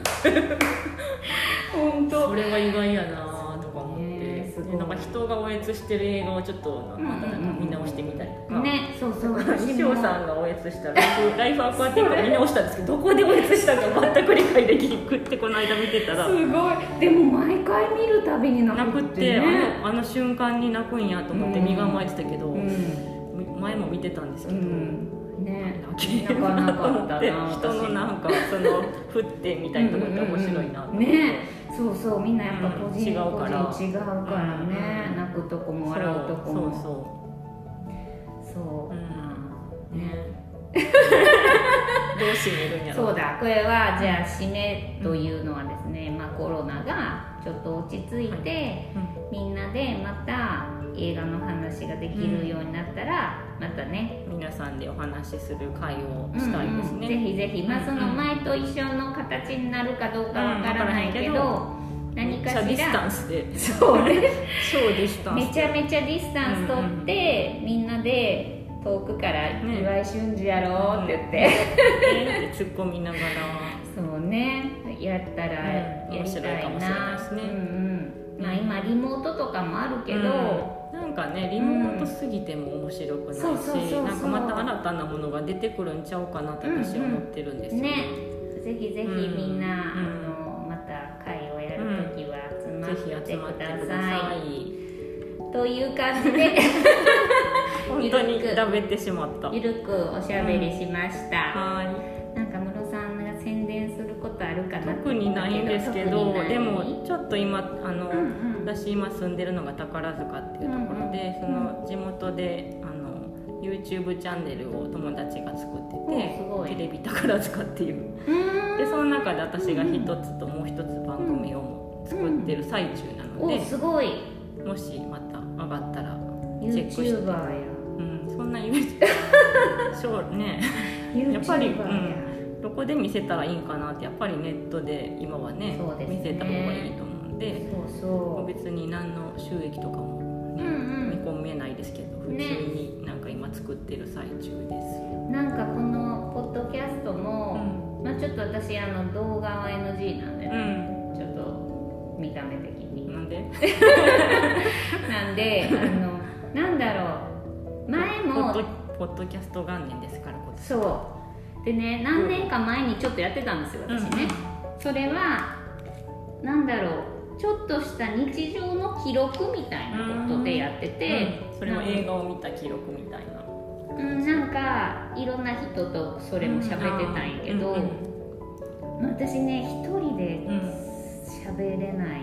A: 本当
B: それは意外やなとか思って、
A: ねすごい
B: でなんか人が応援してる映画をちょっとなんかまたなんか見直してみたりとか、
A: ねそうそう
B: 師匠さんがおやつしたライフライフアクアティックを見直したんですけどどこでおやつしたか全く理解できなくってこの間見てたら
A: すごいでも毎回見るたびに泣
B: 泣く
A: く
B: っ
A: って
B: て
A: ね
B: あのあの瞬間に泣くんやと思って身構えてたけど、
A: うん
B: み前も見てたんです
A: う
B: けど、
A: んね
B: 泣け
A: な
B: る
A: かな
B: なと
A: か
B: 思
A: った
B: って
A: な
B: 人のなんかその振ってみたいなところって面白いなと
A: う
B: 思
A: んうんうん
B: って、
A: ねそうそうみんなやっぱ個人、
B: うん違うから
A: 個人違うからね、
B: うん
A: 泣くとこも笑うとこも
B: そう
A: そう
B: そ
A: そ
B: う、
A: う
B: う、
A: ん
B: ね、 どう締めるんやろ
A: そうだこれはじゃあ締めというのはですね、まあ、コロナがちょっと落ち着いて、
B: うん
A: みんなでまた映画の話ができるようになったら、またね
B: 皆さんでお話しする会をしたいですね、
A: うんうんぜひぜひ、まあ、その前と一緒の形になるかどうかわからない
B: う
A: けど、
B: んわ
A: う何かしら
B: めっちゃディスタンスで
A: そうね
B: 超ディスタンス
A: めちゃめちゃディスタンス取って、みんなで遠くから「
B: ね
A: 岩井俊二やろ」って言って、
B: えーって突っ込みながら
A: そうねやったらや
B: うん
A: りたい
B: 面白いかもしれない
A: な
B: ですね
A: うんうんまあ今リモートとかもあるけど、
B: うんなんかねリモートすぎても面白くないし、
A: うんそうそうそうそう
B: なんかまた新たなものが出てくるんちゃうかなって私は思ってるんですよ
A: ねぜひぜひ
B: うん
A: みんな、
B: うん
A: あのまた会をやるときは集ま
B: ぜひ集ま
A: っ
B: ってて
A: く
B: く
A: だ
B: だ
A: さ
B: さ
A: い
B: い。
A: という感じで
B: 本当に食べてしまった。
A: ゆるくおしゃべりしました、
B: は
A: なんか室さんが宣伝することあるか
B: い。
A: な
B: 特にないんですけど
A: 特に、ない
B: でもちょっと今あの、
A: うんうん
B: 私今住んでるのが宝塚っていうところで、
A: うんうん
B: その地元であの YouTube チャンネルを友達が作って
A: おすごい
B: て、テレビ宝塚っていう。
A: うーん
B: でその中で私が一つともう一つ番組を作ってる最中なの
A: お
B: で、
A: すごい
B: もしまた上がったらチェックして、
A: YouTuber や
B: うん、そんな YouTube そうね
A: YouTuber
B: やっぱり
A: や
B: どこで見せたらいいんかなってやっぱりネットで今はね
A: そうですね
B: 見せた方がいいと思うんで
A: そうそ
B: 別に何の収益とかも、ね
A: うんうん
B: 見込めないですけど普通
A: ね
B: になんか今作ってる最中です、
A: うなんかこのポッドキャストも、まあ、ちょっと私あの動画は NG なんで
B: う
A: ね、
B: ん、
A: ちょっと見た目的に
B: なんで
A: なんであ のなんだろう前
B: ポッ
A: も
B: ドポッドキャスト元年ですから今年
A: そうでね何年か前にちょっとやってたんですよ私ね、それはなんだろうちょっとした日常の記録みたいなことでやってて、
B: うんそれも映画を見た記録みたいな
A: うん、なんかいろんな人とそれも喋ってたんやけど、
B: うん
A: まあ私ね一人で
B: うん
A: 喋れない、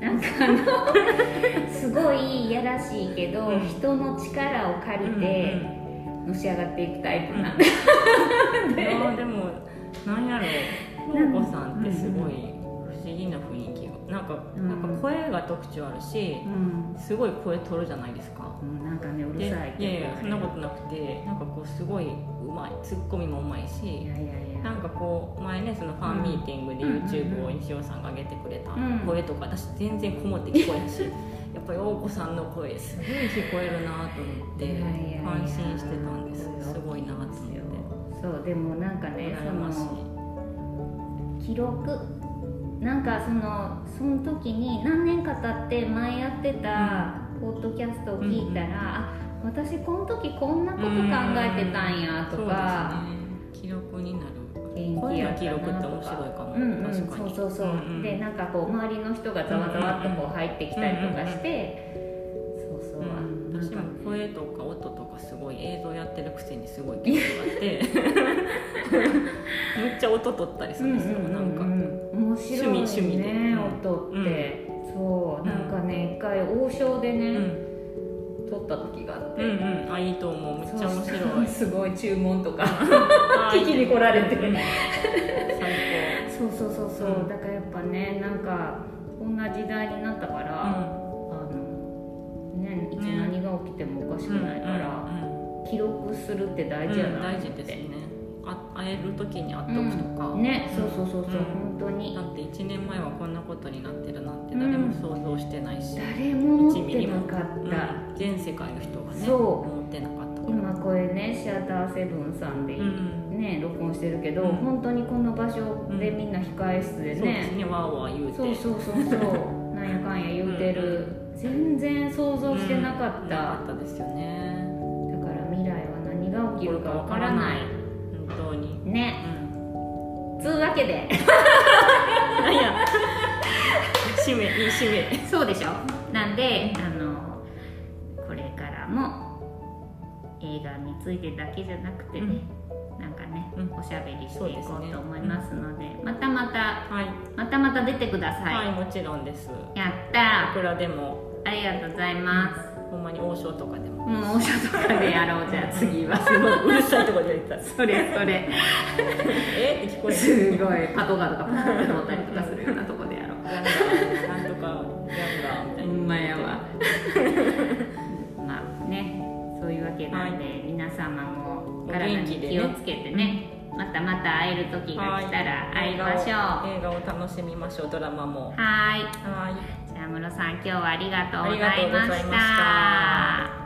A: なんかあのすごいいやらしいけど、
B: うん
A: 人の力を借りてのし上がっていくタイプなんで、
B: うん うんいやでもなんやろう桃子さんってすごい不思議な雰囲気がなんか,、
A: うん
B: なんか声が特徴あるし
A: うん
B: すごい声取るじゃないですか
A: うんなんかねうる
B: でい
A: さい
B: や
A: って
B: い
A: いう
B: や
A: か
B: そんなことなくてなんかこうすごいうまいツッコミもうまい
A: い
B: し
A: やいやいや
B: なんかこう前ねそのファンミーティングで
A: うん
B: YouTube を西尾さんが上げてくれた
A: うん
B: 声とか私全然こもって聞こえんしやっぱり大子さんの声すごい聞こえるなと思って
A: いやいやいや
B: 安心してたんです
A: そうよ
B: すごいなと思って
A: そうでもなんかね
B: 羨
A: そ
B: ましい
A: の記録なんかそのその時に何年か経って前やってたポッドキャストを聞いたら、
B: うん
A: あ私この時こんなこと考えてたんや
B: そ
A: とか、
B: うですね記録になる
A: 元気
B: 声
A: や
B: の
A: った
B: 記録って
A: な
B: 面
A: と
B: 白い
A: か。
B: かも、
A: うんうん、
B: 確か
A: そう
B: に
A: そうそう、
B: んん
A: でなんかこう周りの人がざわざわっとこう入ってきたりとかして、そうそう、
B: うん
A: なん
B: 私
A: か
B: も声とか音とかすごい映像やってるくせにすごい興味があって めっちゃ音取ったりするんですよ、なんか
A: 面白いね
B: 趣味趣味でうん
A: 音って、そうなんかね一回王将で
B: うん
A: ね、撮った時があって、
B: うんうんあいいと思うめっちゃ面 白い
A: そう すごい注文とか
B: あー
A: 聞きに来られて
B: うん最
A: そうそうそうそう、
B: うん
A: だからやっぱねなんかこんな時代になったか
B: 高
A: ら、あのねいつ何が起きてもおかしくないから、
B: うんうん
A: 記録するって大事やなと思
B: 大
A: って、
B: 事ですねあ会える時に会っとくとか、
A: うんね、そうそうそうそう、
B: う
A: 本当に
B: だって1年前はこんなことになってるなんて誰も想像してないし、
A: 誰も持ってなかった、
B: うん全世界の人がね
A: そう
B: 思ってなかったから、
A: 今これねシアターセブンさんで、
B: うん
A: ね録音してるけど、
B: うん
A: 本当にこの場所でみんな控え室で
B: そうです
A: ね、
B: ねわーわー言うて
A: そうそうそうそう なんやかんや言うてる、全然想像してなか
B: うん
A: っ
B: な
A: た
B: か、ったですよね
A: だから未来は何が起きるかわからない
B: 本当にう
A: ね
B: ん
A: つうわけで
B: なんや締めいい締め
A: そうでしょなんであのこれからも映画についてだけじゃなくてね、なんかね、
B: うん
A: おしゃべりして
B: そう
A: い
B: です
A: こ
B: ね
A: うと思いますのでまたまた
B: はい、
A: またまた出てください、
B: はい、もちろんです
A: やっ
B: い
A: た
B: くらでも
A: ーありがとうございます
B: ほんまに王将とかでも
A: もう王将とかでやろうじゃあ次は
B: すごいうるさいとこでやったら
A: それそれ
B: えって聞こえる
A: すごいパトカーとかパッと乗ったりとかするようなとこでやろう
B: なんとかギャンガーみた
A: ほ
B: いなん
A: ま やわまあねそういうわけなんで、皆様も
B: お
A: 体
B: 元気
A: に
B: でね
A: 気をつけてねまたまた会える時が来たら会いましょうは
B: 映画を楽しみましょうドラマも
A: ーい
B: はい
A: じゃあ室さん今日はありがとうご
B: ありが
A: ざ
B: とう
A: い
B: ござ
A: ま
B: いま
A: し
B: した
A: た